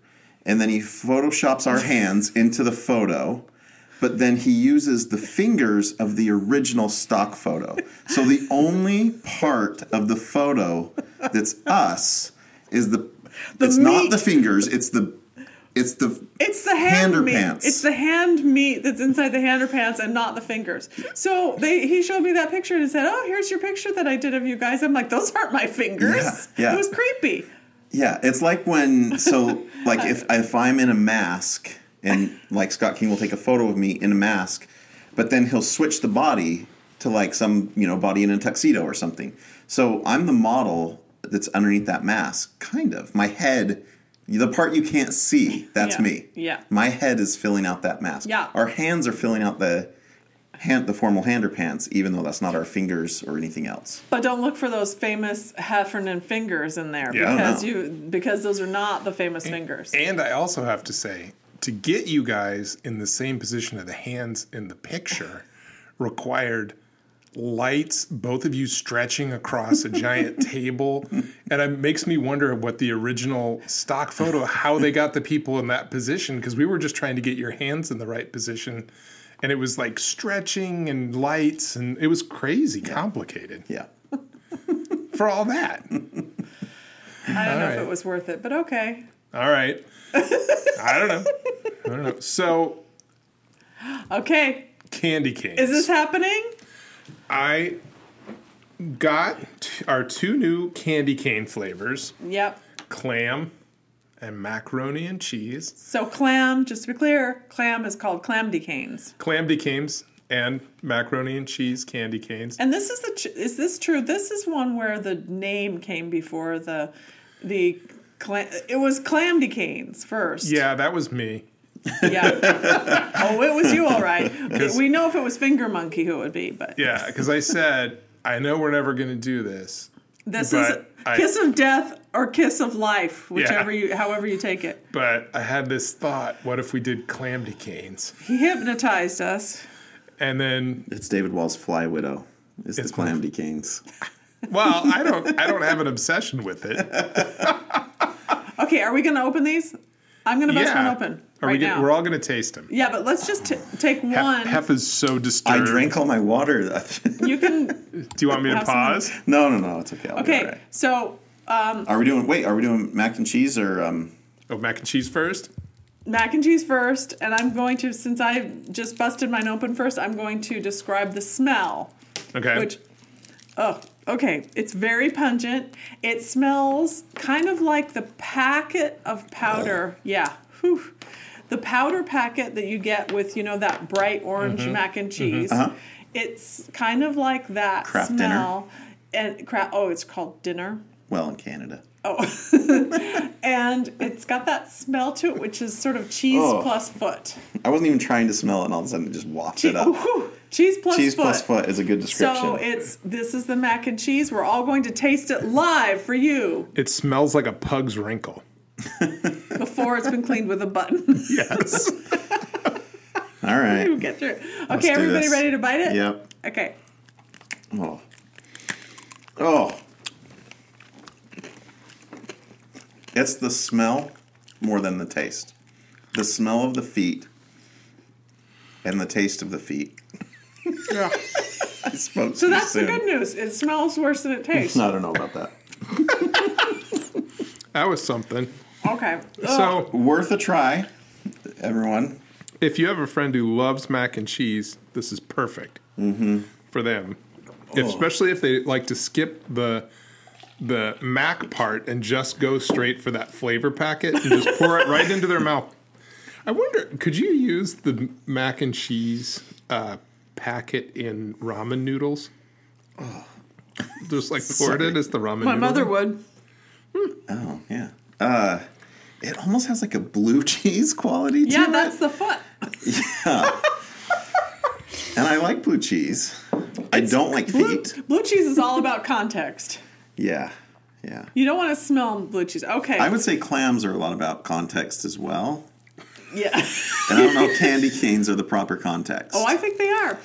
C: and then he photoshops our hands into the photo. But then he uses the fingers of the original stock photo. So the only part of the photo that's us is the. it's
B: meat.
C: not the fingers. It's the. It's the.
B: It's the hand
C: Hander
B: meat.
C: pants.
B: It's the hand meat that's inside the hander pants and not the fingers. So they he showed me that picture and said, "Oh, here's your picture that I did of you guys." I'm like, "Those aren't my fingers."
C: Yeah, yeah.
B: It was creepy.
C: Yeah, it's like
B: (laughs)
C: when so like if if I'm in a mask and like Scott King will take a photo of me in a mask, but then he'll switch the body to like some you know body in a tuxedo or something. So I'm the model that's underneath that mask, kind of. My head, the part you can't see, that's
B: Yeah,
C: me.
B: yeah.
C: my head is filling out that mask.
B: Yeah.
C: our hands are filling out the hand, the formal hander pants, even though that's not our fingers or anything else.
B: But don't look for those famous Heffernan fingers in there
A: Yeah.
B: because
C: No.
B: you because those are not the famous fingers.
A: And I also have to say, to get you guys in the same position of the hands in the picture required lights, both of you stretching across a giant table. And it makes me wonder what the original stock photo, how they got the people in that position, because we were just trying to get your hands in the right position. And it was like stretching and lights, and it was crazy complicated
B: (laughs)
C: Yeah,
A: for all that.
B: I don't know if
A: right.
B: it was worth it, but okay.
A: All right. I don't know. I don't know. So,
B: Okay.
A: candy canes.
B: Is this happening?
A: I got t- our two new candy cane flavors:
B: Yep.
A: clam and macaroni and cheese.
B: So clam, just to be clear, clam is called clam decanes.
A: Clam decanes and macaroni and cheese candy canes.
B: And this is the tr- is this true? This is one where the name came before the the clam. It was clam decanes first.
A: Yeah, that was me.
B: Yeah.
A: (laughs)
B: oh, it was you, all right. We know if it was Finger Monkey who it would be, but
A: Yeah, because I said I know we're never going to do this,
B: this is
A: But I-
B: kiss of death or kiss of life, whichever you, however you take it.
A: but I had this thought: what if we did clamdy canes?
B: He hypnotized us.
A: And then,
C: It's David Wall's Fly Widow. It's,
A: It's
C: the Calamity Kings.
A: well, I don't, I don't have an obsession with
B: (laughs)
A: it.
B: Okay, are we going to open these? I'm going to bust one open
A: Are
B: right
A: we?
B: now.
A: Getting, we're all going to taste them.
B: yeah, but let's just t- take
A: Hef,
B: one.
A: Hef is so disturbed.
C: I drank all my water. (laughs)
A: (laughs)
B: You can.
A: Do you want me to
B: Have some-
A: pause?
C: no, no, no. It's okay. I'll be all
B: Okay,
C: right.
B: so
C: Are we doing? Wait, are we doing mac and cheese or? Um,
A: Oh, mac and cheese first.
B: mac and cheese first, and I'm going to since I just busted mine open first. I'm going to describe the smell,
A: Okay.
B: which, oh, okay, it's very pungent. It smells kind of like the packet of powder.
C: Oh.
B: Yeah, whew. the powder packet that you get with you know that bright orange
C: Mm-hmm.
B: mac and cheese. It's kind of like that
C: Uh-huh. Kraft dinner?
B: smell. And crap. Oh, it's called dinner.
C: well, in Canada.
B: and it's got that smell to it, which is sort of cheese
C: Oh.
B: plus foot.
C: I wasn't even trying to smell it, and all of a sudden it just wafts it up.
B: Whew. cheese plus
C: Cheese
B: foot.
C: plus foot is a good description.
B: So it's this is the mac and cheese. We're all going to taste it live for you
A: It smells like a pug's wrinkle.
B: before it's been cleaned with a button. (laughs)
A: Yes.
C: all right.
B: Get through. it. Okay,
C: do
B: everybody
C: this.
B: ready to bite it?
C: Yep.
B: Okay.
C: Oh. Oh. It's the smell more than the taste. The smell of the feet and the taste of the feet. (laughs)
A: yeah.
C: I spoke
B: So that's the good news. It smells worse
C: (laughs)
B: than it tastes.
C: I don't know about that.
A: That was something.
B: Okay. Ugh.
A: So,
C: Worth a try, everyone.
A: if you have a friend who loves mac and cheese, this is perfect
B: Mm-hmm.
A: for them.
B: Oh.
A: If- especially if they like to skip the the mac part and just go straight for that flavor packet and just pour it right into their mouth. I wonder, could you use the mac and cheese uh, packet in ramen noodles? Just like pour it in as the ramen.
B: my
A: noodle.
B: mother would.
C: Oh, yeah. Uh, it almost has like a blue (laughs) cheese quality to
B: Yeah,
C: it.
B: that's the foot.
C: and I like blue cheese. I don't like
B: Blue, (laughs)
C: feet.
B: blue cheese is all about context.
C: Yeah. Yeah.
B: You don't want to smell blue cheese. Okay.
C: I would say clams are a lot about context as well.
B: yeah.
C: And I don't know
B: (laughs)
C: if candy canes are the proper context.
B: Oh, I think they are.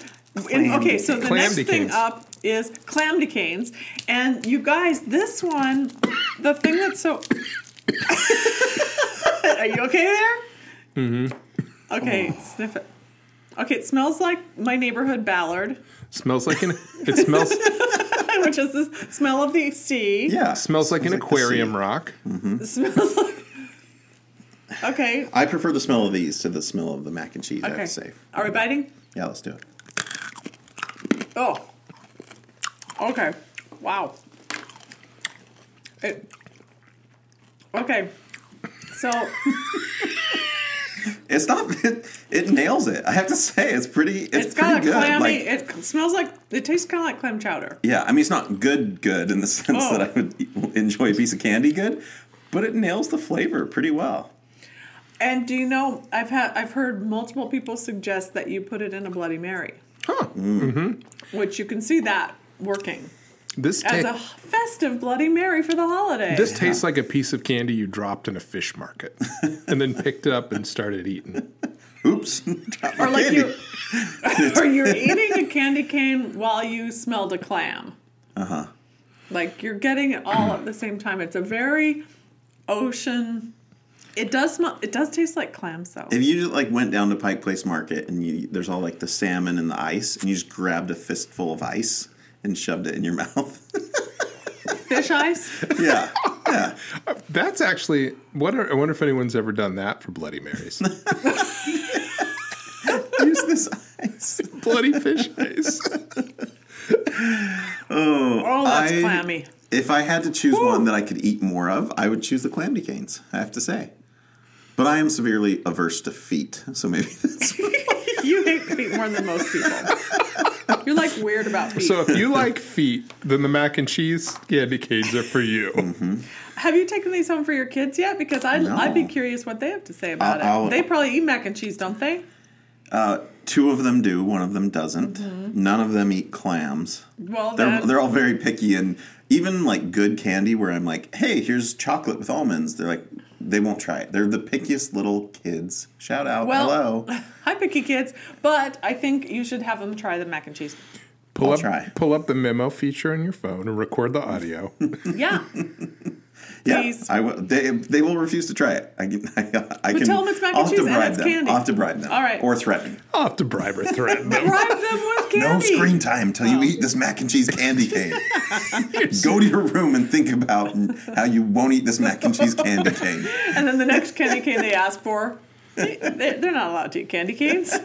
B: And- okay, so the
A: Clamdy
B: next thing
A: canes.
B: up is clamdy canes. And you guys, this one, the thing that's so. (laughs) are you okay there? Mm-hmm. Okay, sniff it. Okay, it smells like my neighborhood Ballard, (laughs)
A: smells like an it
C: (laughs)
A: smells
B: which is the smell of the sea.
C: yeah.
A: smells like an
C: the
A: aquarium
C: sea.
A: rock.
B: It smells like. Okay.
C: I prefer the smell of these to the smell of the mac and cheese, I
B: Okay.
C: would say.
B: Are we biting?
C: Yeah, let's do it.
B: Oh. Okay. Wow. It, okay. So
C: It's not, (laughs) it, it nails it. I have to say, it's pretty, it's,
B: it's
C: pretty
B: got a
C: good.
B: clammy.
C: Like,
B: it smells like it tastes kind of like clam chowder.
C: yeah, I mean, it's not good, good in the (laughs) sense
B: Oh.
C: that I would e- enjoy a piece of candy good, but it nails the flavor pretty well.
B: And do you know I've had I've heard multiple people suggest that you put it in a Bloody Mary,
A: Huh.
B: which you can see that working
A: This
B: as
A: ta-
B: a festive Bloody Mary for the holiday.
A: This tastes like a piece of candy you dropped in a fish
C: (laughs)
A: market and then picked it up and started eating.
C: Oops. (laughs) dropped
B: (laughs)
C: my
B: or like
C: candy.
B: you, (laughs) or you're eating a candy cane while you smelled a clam. Uh huh. Like you're getting it all at the same time. It's a very ocean. It does smell. It does taste like clams though.
C: If you just like went down to Pike Place Market and you, there's all like the salmon and the ice, and you just grabbed a fistful of ice and shoved it in your (laughs) mouth.
B: (laughs) Fish eyes.
C: yeah, yeah.
A: That's actually what are, I wonder if anyone's ever done that for Bloody
C: (laughs)
A: Marys.
C: (laughs) Use this ice.
A: Bloody fish eyes.
B: Oh, that's
C: I-
B: clammy.
C: If I had to choose one that I could eat more of, I would choose the clamdy canes. I have to say, but I am severely averse to feet, so maybe (laughs) that's
B: You hate feet more than most people.
C: (laughs)
B: You're like weird about feet.
A: So if you like feet, then the mac and cheese candy canes are for you.
C: Mm-hmm.
B: have you taken these home for your kids yet? Because I'd,
C: No.
B: I'd be curious what they have to say about
C: I'll-
B: it. They probably eat mac and cheese, don't they?
C: Two of them do, one of them doesn't.
B: Mm-hmm.
C: None of them eat clams.
B: Well,
C: They're,
B: then-
C: they're all very picky and even like good candy where I'm like, hey, here's chocolate with almonds. They're like, they won't try it. They're the pickiest little kids. Shout
B: (laughs)
C: out.
B: Well-
C: Hello.
B: Hi, picky kids. But I think you should have them try the mac and cheese.
A: Pull
C: I'll
A: up,
C: try.
A: pull up the memo feature on your phone and record the audio.
B: Yeah.
C: Yeah,
B: please.
C: I will, they, they will refuse to try it. I can, (laughs) I, I can
B: tell them it's mac and
C: I'll have to
B: cheese and
C: bribe
B: it's
C: them.
B: candy.
C: I'll have to bribe them.
B: All right.
C: Or threaten.
A: I'll have to bribe or threaten
C: (laughs)
A: them.
B: Bribe them with candy.
C: No screen time till
B: Oh.
C: you eat this mac and cheese
B: (laughs)
C: candy cane. Go to your room and think about (laughs) how you won't eat this mac and cheese candy cane.
B: And then the next candy cane they ask for, they- they're not allowed to eat candy canes.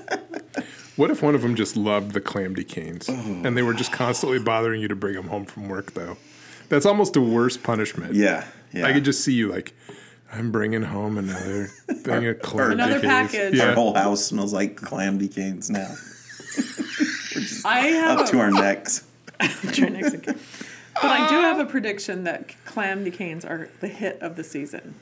A: What if one of them just loved the clamdy canes and they were just constantly bothering you to bring them home from work, though? That's almost a worse punishment.
C: Yeah, yeah.
A: I could just see you like, I'm bringing home another thing (laughs) of clamdy
B: Another
A: canes."
B: package.
A: Yeah.
C: Our whole house smells like clamdy canes now,
B: I have (laughs)
C: up to
B: a,
C: our necks.
B: Try next again. But I do have a prediction that clamdy canes are the hit of the season.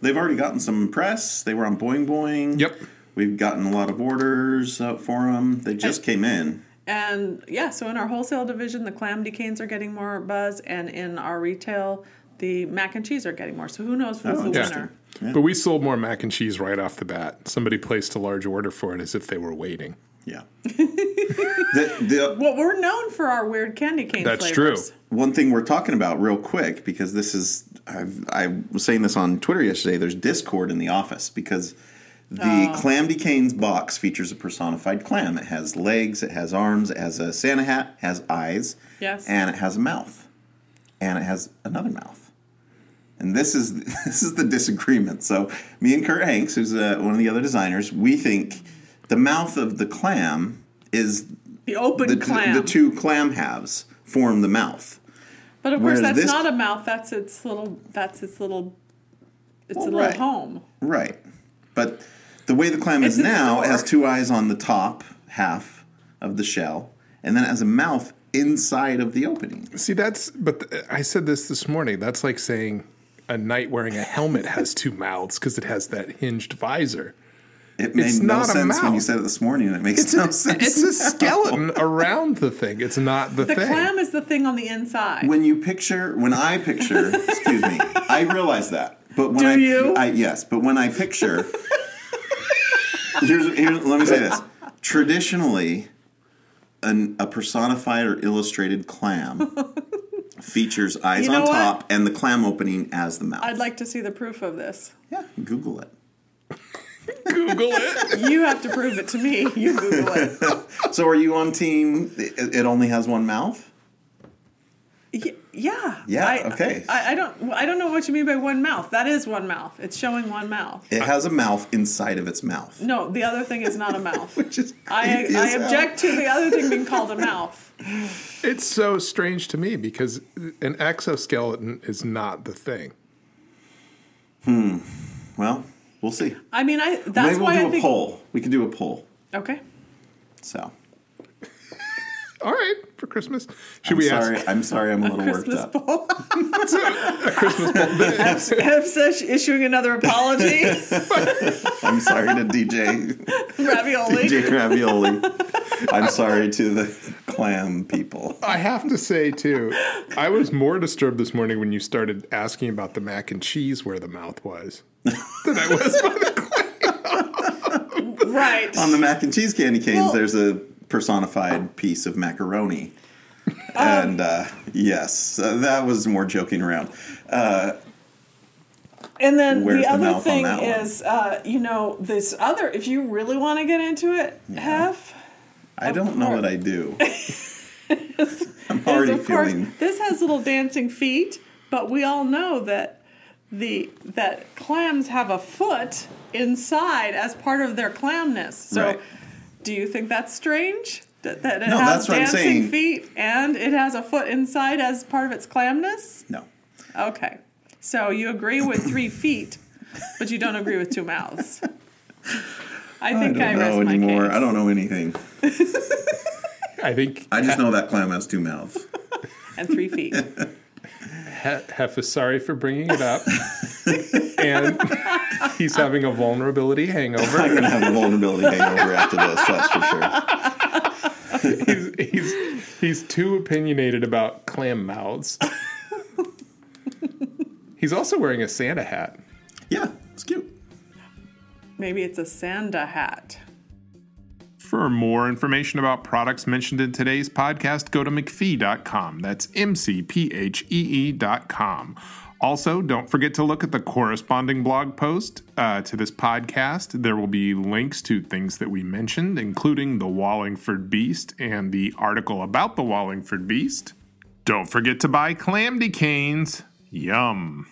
C: They've already gotten some press. They were on Boing Boing.
A: Yep.
C: We've gotten a lot of orders out for them. They just came in.
B: And yeah, so in our wholesale division, the clamdy canes are getting more buzz, and in our retail, the mac and cheese are getting more. So who knows who's
C: Oh,
B: the
A: Yeah.
B: winner?
A: But we sold more mac and cheese right off the bat. Somebody placed a large order for it as if they were waiting.
C: Yeah. (laughs) the, the,
B: Well, we're known for our weird candy cane
A: That's
B: flavors.
A: true.
C: one thing we're talking about real quick because this is I've, I was saying this on Twitter yesterday. There's discord in the office because the clamdy canes box features a personified clam. It has legs, it has arms, it has a Santa hat, has eyes,
B: Yes.
C: and it has a mouth, and it has another mouth. And this is (laughs) this is the disagreement. So me and Kurt Hanks, who's uh, one of the other designers, we think the mouth of the clam is
B: The open
C: the,
B: clam.
C: the two clam halves form the mouth.
B: but of course,
C: whereas
B: that's
C: this-
B: not a mouth. That's its little. That's its little. It's a
C: Well,
B: little
C: right.
B: home.
C: Right. But the way the clam
B: It's
C: is
B: a
C: now, it has
B: star.
C: two eyes on the top half of the shell, and then it has a mouth inside of the opening.
A: See, that's, but th- I said this this morning. That's like saying a knight wearing a helmet has two mouths because it has that hinged visor.
C: It made
A: It's
C: no
A: not a
C: sense when you
A: mouth.
C: said it this morning, and it makes no sense.
A: It's a skeleton around the thing. It's not the,
B: The
A: thing.
B: clam is the thing on the inside.
C: when you picture, when I picture,
B: (laughs)
C: excuse me, I realize that. But when
B: Do
C: I,
B: you?
C: I yes, but when I picture, here's, here's let me say this. Traditionally, an, a personified or
B: (laughs)
C: illustrated clam features eyes
B: You know
C: on
B: what?
C: top and the clam opening as the mouth.
B: I'd like to see the proof of this.
C: yeah, Google it.
A: Google it.
B: You have to prove it to me. You Google it.
C: So, are you on team? It, it only has one mouth.
B: Y- Yeah.
C: Yeah,
B: I,
C: okay.
B: I, I don't. I don't know what you mean by one mouth. That is one mouth. It's showing one mouth.
C: It has a mouth inside of its mouth.
B: No, the other thing is not a mouth.
C: (laughs) Which is
B: I,
C: creepy
B: I
C: as hell.
B: object to the other thing being called a mouth.
A: It's so strange to me because an exoskeleton is not the thing.
C: Well, we'll see.
B: I mean, I. That's
C: Maybe we'll
B: why
C: do
B: I
C: a
B: think.
C: poll. We could do a poll.
B: Okay.
C: So.
A: All right, for Christmas. Should
C: I'm
A: we
C: sorry.
A: ask?
C: I'm sorry. I'm a little worked
B: Christmas
C: up.
B: poll. (laughs)
A: (laughs) a Christmas poll.
B: FSESH issuing another
C: (laughs)
B: apology.
C: I'm sorry
B: (laughs)
C: to DJ
B: Ravioli.
C: DJ Ravioli. I'm sorry to the clam (laughs) people.
A: I have to say, too, I was more disturbed this morning when you started asking about the mac and cheese where the mouth was than I was by the clam.
B: Right.
C: On the mac and cheese candy canes,
B: Well-
C: there's a personified piece of macaroni.
B: Um,
C: And uh, yes, uh, that was more joking around.
B: And then
C: Where's
B: the
C: the
B: other
C: mouth on
B: thing
C: that one?
B: is, uh, you know, this other. If you really want to get into it, Hef.
C: I don't know what I do.
B: (laughs)
C: I'm
B: is,
C: already
B: of course,
C: feeling.
B: this has little dancing feet, but we all know that the that clams have a foot inside as part of their clamness. So,
C: Right.
B: do you think that's strange? That, that it
C: No,
B: has
C: that's what I'm
B: dancing
C: saying.
B: feet and it has a foot inside as part of its clamness?
C: No.
B: Okay, so you agree with
C: (laughs)
B: three feet, but you don't agree with two mouths. I
C: I
B: think
C: don't
B: I, rest
C: know
B: my
C: anymore.
B: case.
C: I don't know anything.
D: I think
C: I just know that clam has two (laughs) mouths.
B: and three feet.
D: He- Hef is sorry for bringing it
C: (laughs)
D: up,
A: (laughs)
D: and he's having a vulnerability hangover.
C: I'm going to have a vulnerability hangover after this, that's for sure.
D: He's he's he's too opinionated about clam mouths. He's also wearing a Santa hat.
C: Yeah, it's cute.
B: Maybe it's a Santa hat.
A: For more information about products mentioned in today's podcast, go to McPhee.com. That's M C P H E E.com. Also, don't forget to look at the corresponding blog post uh, to this podcast. There will be links to things that we mentioned, including the Wallingford Beast and the article about the Wallingford Beast. Don't forget to buy clamdy canes. Yum.